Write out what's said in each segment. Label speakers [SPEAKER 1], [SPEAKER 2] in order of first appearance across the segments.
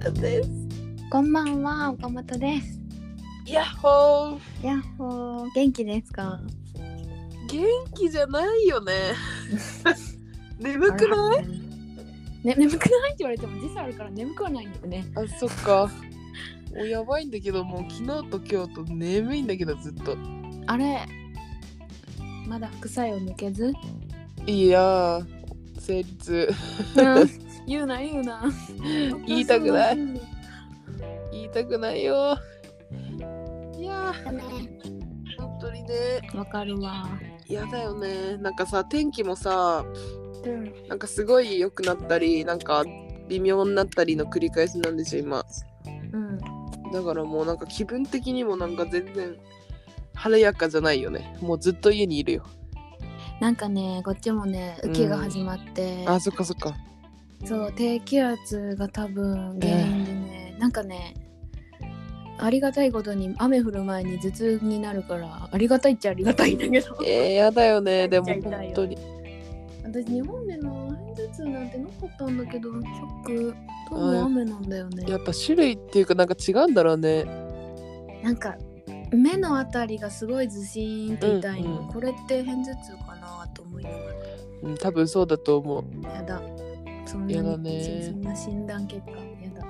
[SPEAKER 1] 方です。
[SPEAKER 2] こんばんは、岡本です。
[SPEAKER 1] やっほー
[SPEAKER 2] やっほー、元気ですか。
[SPEAKER 1] 元気じゃないよね。眠くない
[SPEAKER 2] い。ね、眠くないって言われても、時差あるから、眠くはないんだよね。
[SPEAKER 1] あ、そっか。おやばいんだけど、もう昨日と今日と眠いんだけど、ずっと。
[SPEAKER 2] あれ。まだ副作用抜け ず。
[SPEAKER 1] いやー、成立。
[SPEAKER 2] 言うな、言うな。
[SPEAKER 1] 言いたくない。言いたくないよ。いやー、本当にね、
[SPEAKER 2] わかるわ。
[SPEAKER 1] 嫌だよね。なんかさ、天気もさ、
[SPEAKER 2] うん、
[SPEAKER 1] なんかすごい良くなったり、なんか微妙になったりの繰り返しなんですよ、今。
[SPEAKER 2] うん、
[SPEAKER 1] だからもうなんか気分的にもなんか全然晴れやかじゃないよね。もうずっと家にいるよ。
[SPEAKER 2] なんかね、こっちもね、雨季が始まって。
[SPEAKER 1] あ、そっかそっか。
[SPEAKER 2] そう低気圧が多分原因でね、なんかねありがたいことに雨降る前に頭痛になるからありがたいっちゃありがたいんだけど
[SPEAKER 1] えー、やだよね。でも
[SPEAKER 2] めっちゃ痛い
[SPEAKER 1] 本
[SPEAKER 2] よ
[SPEAKER 1] 当に。
[SPEAKER 2] 私日本での頭痛なんてなかったんだけどショックどうも雨なんだよね
[SPEAKER 1] やっぱ種類っていうかなんか違うんだろうね。
[SPEAKER 2] なんか目のあたりがすごいずしーんって痛いの、
[SPEAKER 1] うんうん
[SPEAKER 2] これって偏頭痛かなと思いなが
[SPEAKER 1] うん、多分そうだと思う。
[SPEAKER 2] らやだそんな
[SPEAKER 1] やだ
[SPEAKER 2] に
[SPEAKER 1] ね
[SPEAKER 2] そんな診断結果やだ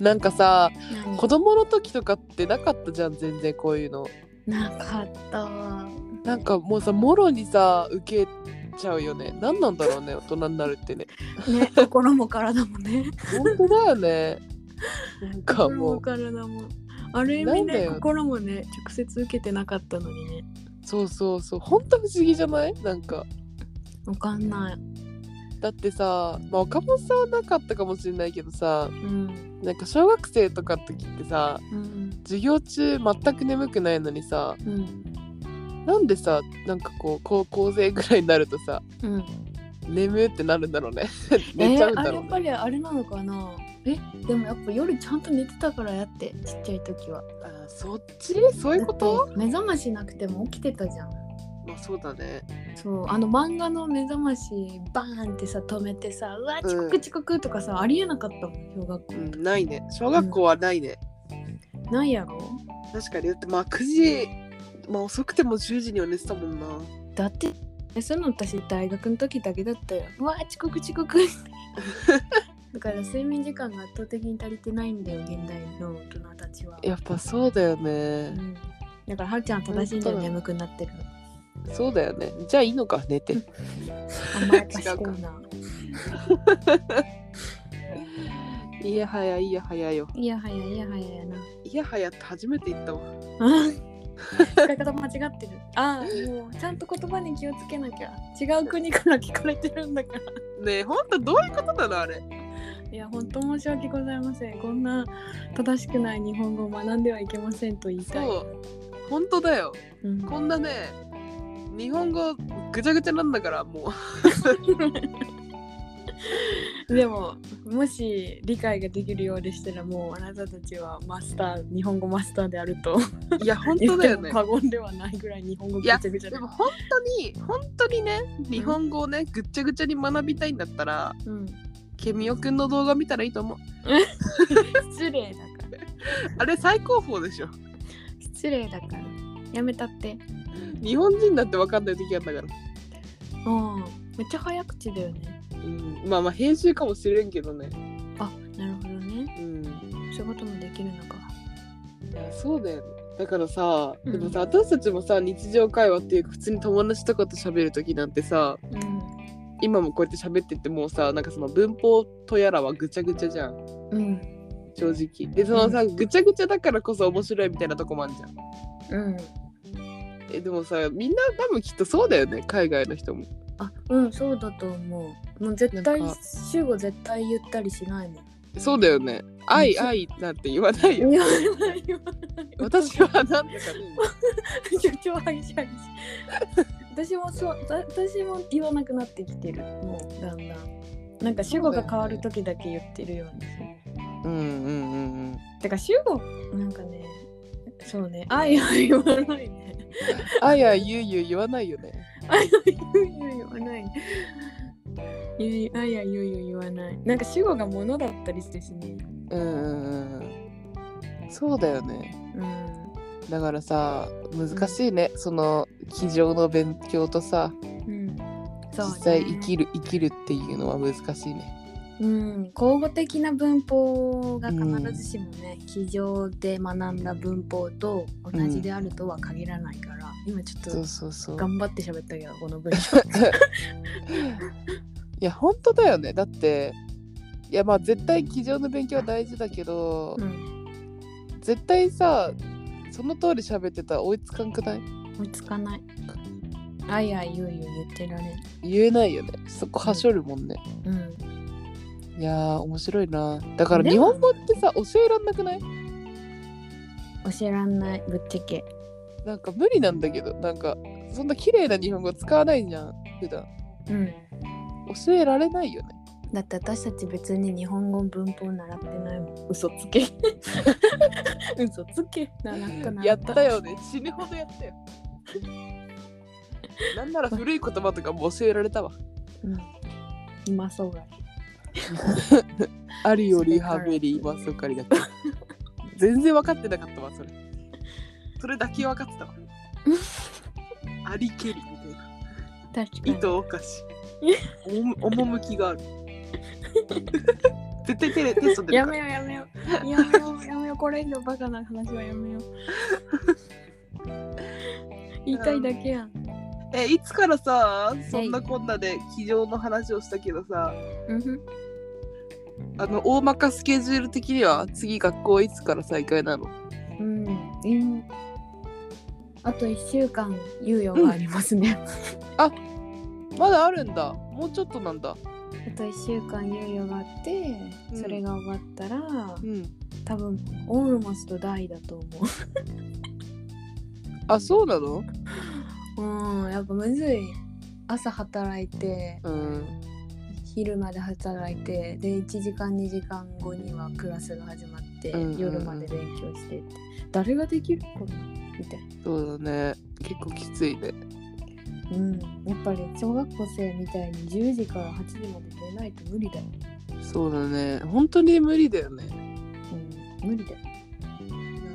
[SPEAKER 1] なんかさ、
[SPEAKER 2] 何
[SPEAKER 1] 子供の時とかってなかったじゃん、全然こういうの。
[SPEAKER 2] なかったわ
[SPEAKER 1] なんかもうさ、もろにさ、受けちゃうよね。何なんだろうね、大人になるってね。
[SPEAKER 2] ね心も体もね
[SPEAKER 1] 本当だよね。なんか
[SPEAKER 2] 心
[SPEAKER 1] も
[SPEAKER 2] も
[SPEAKER 1] う、
[SPEAKER 2] 体もある意
[SPEAKER 1] な
[SPEAKER 2] 味
[SPEAKER 1] んだ
[SPEAKER 2] ね
[SPEAKER 1] よ
[SPEAKER 2] 心もね直接受けてなかったのにね
[SPEAKER 1] そうそうそう。本当不思議じゃないなんか。
[SPEAKER 2] わかんない
[SPEAKER 1] だってさ、まあ、岡本さんはなかったかもしれないけどさ
[SPEAKER 2] うん
[SPEAKER 1] なんか小学生とかの時ってさ
[SPEAKER 2] うん
[SPEAKER 1] 授業中全く眠くないのにさ
[SPEAKER 2] うん
[SPEAKER 1] なんでさなんかこう高校生ぐらいになるとさ
[SPEAKER 2] うん
[SPEAKER 1] 眠ってなるんだろ うね
[SPEAKER 2] え
[SPEAKER 1] 寝ちゃうん
[SPEAKER 2] ーあ
[SPEAKER 1] だ
[SPEAKER 2] れ
[SPEAKER 1] ろ
[SPEAKER 2] やっ
[SPEAKER 1] うね、
[SPEAKER 2] ぱりあれなのかなえでもやっぱ夜ちゃんと寝てたからやってちっちゃい時は
[SPEAKER 1] あそっちそういうこと
[SPEAKER 2] だって目覚ましなくても起きてたじゃん
[SPEAKER 1] まあそうだね
[SPEAKER 2] そうあの漫画の目覚ましバーンってさ止めてさうわ
[SPEAKER 1] ん
[SPEAKER 2] 遅刻遅刻とかさ、ありえなかったもん小学校
[SPEAKER 1] う、んないね小学校はないね、
[SPEAKER 2] なんやろ
[SPEAKER 1] 確かにだってまあ9時まあ遅くても10時には寝てたもんな
[SPEAKER 2] だってそういうの私大学の時だけだったようわ遅刻遅 刻だから睡眠時間が圧倒的に足りてないんだよ現代の大人たちは、
[SPEAKER 1] やっぱそうだよ
[SPEAKER 2] う
[SPEAKER 1] ね
[SPEAKER 2] ん、だからはるちゃんは正しいんだよ
[SPEAKER 1] 本当だ
[SPEAKER 2] 眠くなってる の
[SPEAKER 1] そうだよねじゃあいいのか寝 て
[SPEAKER 2] あんまり賢いな
[SPEAKER 1] いやはやいやはやよ
[SPEAKER 2] いやはやいやはややない
[SPEAKER 1] やはやって初めて言ったわ
[SPEAKER 2] あ 使い方間違ってるああもうちゃんと言葉に気をつけなきゃ違う国から聞かれてるんだから
[SPEAKER 1] ねえほんとどういうことなのあれ
[SPEAKER 2] いや本当申し訳ございませんこんな正しくない日本語を学んではいけませんと言いたい、
[SPEAKER 1] そうほんとだよ
[SPEAKER 2] うん
[SPEAKER 1] こんなね日本語ぐちゃぐちゃなんだからも
[SPEAKER 2] でももし理解ができるようでしたらもうあなたたちはマスター日本語マスターであると
[SPEAKER 1] ういやほん
[SPEAKER 2] 言
[SPEAKER 1] と
[SPEAKER 2] っ
[SPEAKER 1] だ
[SPEAKER 2] て
[SPEAKER 1] よ
[SPEAKER 2] も
[SPEAKER 1] ね
[SPEAKER 2] 過言ではないぐらい日本語ぐちゃぐちゃ
[SPEAKER 1] で
[SPEAKER 2] だ
[SPEAKER 1] も本当に本当にね日本語をねぐっちゃぐちゃに学びたいんだったら
[SPEAKER 2] うん、
[SPEAKER 1] ケミオくんの動画見たらいいと思う
[SPEAKER 2] 失礼だから
[SPEAKER 1] あれ最高峰でしょ
[SPEAKER 2] 失礼だからやめたって
[SPEAKER 1] 日本人だって分かんない時あったから
[SPEAKER 2] うんめっちゃ早口だよね
[SPEAKER 1] うんまあまあ編集かもしれんけどね
[SPEAKER 2] あなるほどね
[SPEAKER 1] うん
[SPEAKER 2] 仕事もできるのか
[SPEAKER 1] いやそうだよねだからさ、
[SPEAKER 2] うん
[SPEAKER 1] でもさ私たちもさ日常会話っていうか普通に友達とかと喋る時なんてさ
[SPEAKER 2] う
[SPEAKER 1] 今もこうやって喋っててもさなんかその文法とやらはぐちゃぐちゃじゃん
[SPEAKER 2] んうん
[SPEAKER 1] 正直でそのさ、ぐちゃぐちゃだからこそ面白いみたいなとこもあるじゃん
[SPEAKER 2] うん
[SPEAKER 1] えでもさみんな多分きっとそうだよね海外の人も
[SPEAKER 2] あうんそうだと思うもう絶対
[SPEAKER 1] なんか
[SPEAKER 2] 主語絶対言ったりしないもん
[SPEAKER 1] そうだよね「愛
[SPEAKER 2] そう
[SPEAKER 1] 愛」なんて言わない よ
[SPEAKER 2] 言わない言わない
[SPEAKER 1] 私はなんだかね
[SPEAKER 2] ちょ超激しい激しい 私もそうだ私も言わなくなってきてるもうだんだんなんか主語が変わる時だけ言ってるようにする
[SPEAKER 1] うんうんうん うん
[SPEAKER 2] だから主語なんかねそうね愛は言わないね
[SPEAKER 1] 「愛愛ゆうゆう」言わないよね
[SPEAKER 2] 愛は言う言わないゆい愛は言う言わないなんか主語が物だったりしてしね
[SPEAKER 1] うんうんうんそうだよね
[SPEAKER 2] うん
[SPEAKER 1] だからさ難しいね、その机上の勉強とさ
[SPEAKER 2] うんそう
[SPEAKER 1] 実
[SPEAKER 2] ね
[SPEAKER 1] 際生きる生きるっていうのは難しいね
[SPEAKER 2] うん、口語的な文法が必ずしもね、机上で学んだ文法と同じであるとは限らないから、今ちょっ
[SPEAKER 1] そう
[SPEAKER 2] と
[SPEAKER 1] そうそう
[SPEAKER 2] 頑張って喋ったけどこの文 章
[SPEAKER 1] いや本当だよねだっていやまあ絶対机上の勉強は大事だけど、
[SPEAKER 2] うん
[SPEAKER 1] 絶対さその通り喋ってたら追いつかんくない
[SPEAKER 2] 追いつかないあいあいゆうゆう言ってられん
[SPEAKER 1] 言えないよねそこはしょるもんね、
[SPEAKER 2] うん
[SPEAKER 1] いやー面白いなだから
[SPEAKER 2] ね
[SPEAKER 1] 日本語ってさ教えらんなくない
[SPEAKER 2] 教えらんないぶっちゃけ
[SPEAKER 1] なんか無理なんだけどなんかそんな綺麗な日本語使わないじゃん普段
[SPEAKER 2] うん
[SPEAKER 1] 教えられないよね
[SPEAKER 2] だって私たち別に日本語文法習ってないもん嘘つけ 嘘つけ習ったな
[SPEAKER 1] やったよね死ぬほどやったよ なんなら古い言葉とかも教えられたわ
[SPEAKER 2] うんうまそうが
[SPEAKER 1] あるよりハベリーマスオカ リだけ全然分かってなかったわそれそれだけ分かってたわ ありけりみたいな
[SPEAKER 2] 確かに
[SPEAKER 1] 糸おかし おも趣がある絶対テレテストで
[SPEAKER 2] やめようやめようやめようやめようこれ以上バカな話はやめよう言いたいだけやん
[SPEAKER 1] えいつからさそんなこんなで机上の話をしたけどさ
[SPEAKER 2] うんふん
[SPEAKER 1] あの大まかスケジュール的には次学校いつから再開なの
[SPEAKER 2] うん、うん、あと1週間猶予がありますね、
[SPEAKER 1] まだあるんだもうちょっとなんだ
[SPEAKER 2] あと1週間猶予があって
[SPEAKER 1] うん
[SPEAKER 2] それが終わったら、
[SPEAKER 1] うん
[SPEAKER 2] 多分オールマスと大だと思
[SPEAKER 1] あそうなの
[SPEAKER 2] ううんやっぱむずい朝働いて
[SPEAKER 1] うん
[SPEAKER 2] 昼まで働いてで1時間2時間後にはクラスが始まって、
[SPEAKER 1] うんうんうん
[SPEAKER 2] 夜まで勉強してって誰ができるこれみたい
[SPEAKER 1] そうだね結構きついね
[SPEAKER 2] な、うん、やっぱり小学校生みたいに10時から8時まで出ないと無理だよ、
[SPEAKER 1] そうだね本当に無理だよね
[SPEAKER 2] うん、無理だよ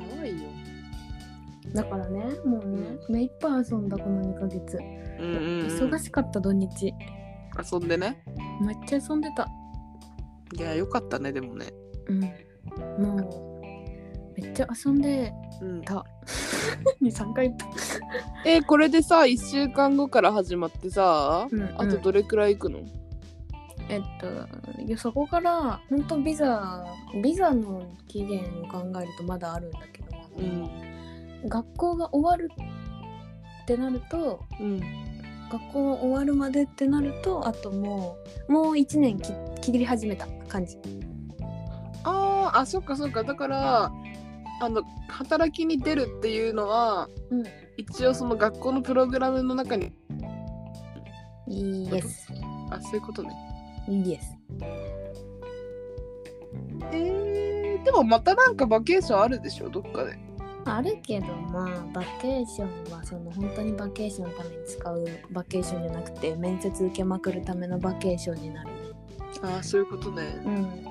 [SPEAKER 1] やばいよ
[SPEAKER 2] だからねもうね目いっぱい遊んだこの2ヶ月、
[SPEAKER 1] うんうん、うん、
[SPEAKER 2] 忙しかった土日
[SPEAKER 1] 遊んでね
[SPEAKER 2] めっちゃ遊んでた
[SPEAKER 1] いやよかったねでもね
[SPEAKER 2] うんもうめっちゃ遊ん で
[SPEAKER 1] うん
[SPEAKER 2] た23回行った、
[SPEAKER 1] えこれでさ1週間後から始まってさ
[SPEAKER 2] うん
[SPEAKER 1] あとどれくらい行くの、
[SPEAKER 2] えっといやそこから本当ビザビザの期限を考えるとまだあるんだけど、学校が終わるってなると
[SPEAKER 1] うん
[SPEAKER 2] 学校終わるまでってなるとあともうもう1年き切り始めた感じ
[SPEAKER 1] あーあそっかそっかだからあの働きに出るっていうのは、
[SPEAKER 2] うん
[SPEAKER 1] 一応その学校のプログラムの中に
[SPEAKER 2] イエス
[SPEAKER 1] あそういうことね
[SPEAKER 2] イエス
[SPEAKER 1] えー、でもまたなんかバケーションあるでしょどっかで
[SPEAKER 2] あるけどまあバケーションはその本当にバケーションのために使うバケーションじゃなくて面接受けまくるためのバケーションになるね
[SPEAKER 1] ああそういうことね
[SPEAKER 2] うん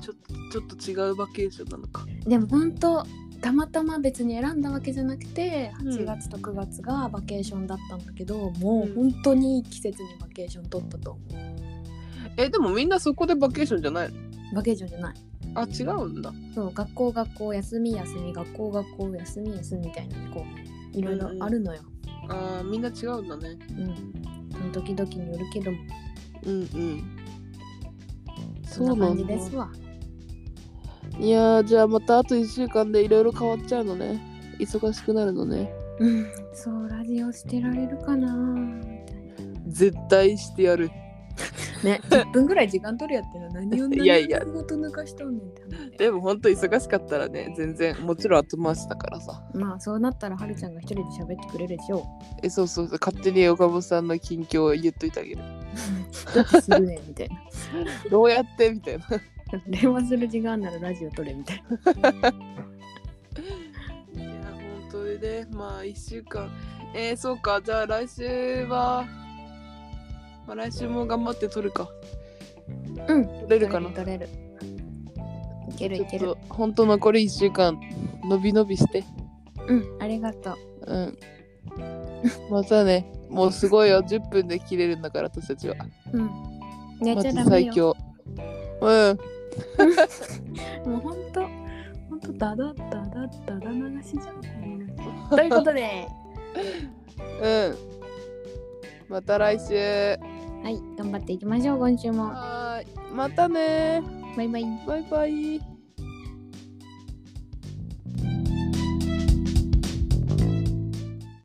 [SPEAKER 1] ちょちょっと違うバケーションなのか
[SPEAKER 2] でも本当たまたま別に選んだわけじゃなくて
[SPEAKER 1] うん
[SPEAKER 2] 8月と9月がバケーションだったんだけど、も
[SPEAKER 1] うん
[SPEAKER 2] う本当にいい季節にバケーション取ったと思
[SPEAKER 1] えでもみんなそこでバケーションじゃないの
[SPEAKER 2] うバケーションじゃない
[SPEAKER 1] あ違うんだ
[SPEAKER 2] そう学校学校休み休み学校学校休み休みみたいなこういろいろあるのよ、
[SPEAKER 1] あーみんな違うんだね
[SPEAKER 2] うん、その時々によるけども
[SPEAKER 1] うんうん
[SPEAKER 2] そんな感じですわ
[SPEAKER 1] いやーじゃあまたあと1週間でいろいろ変わっちゃうのね忙しくなるのね
[SPEAKER 2] うんそうラジオしてられるか なみたいな
[SPEAKER 1] 絶対してやる
[SPEAKER 2] ね10分ぐらい時間取るやってる何を何を
[SPEAKER 1] いやいや
[SPEAKER 2] 仕事抜かしとんねんって話
[SPEAKER 1] でも本当忙しかったらね全然もちろん後回しだからさ
[SPEAKER 2] まあそうなったらはるちゃんが一人で喋ってくれるでしょう
[SPEAKER 1] えそうそうそう勝手に岡本さんの近況を言っといてあげる
[SPEAKER 2] どっちするねんみたいな
[SPEAKER 1] どうやってみたいな
[SPEAKER 2] 電話する時間ならラジオ取れみたいない
[SPEAKER 1] や本当にねまあ1週間えー、そうかじゃあ来週は、まあ、来週も頑張って撮るか
[SPEAKER 2] うん
[SPEAKER 1] 撮れるかな
[SPEAKER 2] 取れる取れるいけるいけ
[SPEAKER 1] ちょ
[SPEAKER 2] る
[SPEAKER 1] っと本当残り1週間伸び伸びして
[SPEAKER 2] うんありがとう
[SPEAKER 1] うん またねもうすごいよ10分で切れるんだから私たちは
[SPEAKER 2] うん寝
[SPEAKER 1] マ
[SPEAKER 2] ちゃ
[SPEAKER 1] ジ
[SPEAKER 2] ダメ
[SPEAKER 1] 最
[SPEAKER 2] よ、
[SPEAKER 1] 強うん
[SPEAKER 2] もうほんとほんとダダダダダダ流しじゃん ということで
[SPEAKER 1] うんまた来週
[SPEAKER 2] はい頑張っていきましょう今週も
[SPEAKER 1] はーいまたね
[SPEAKER 2] バイバイ
[SPEAKER 1] バイバイ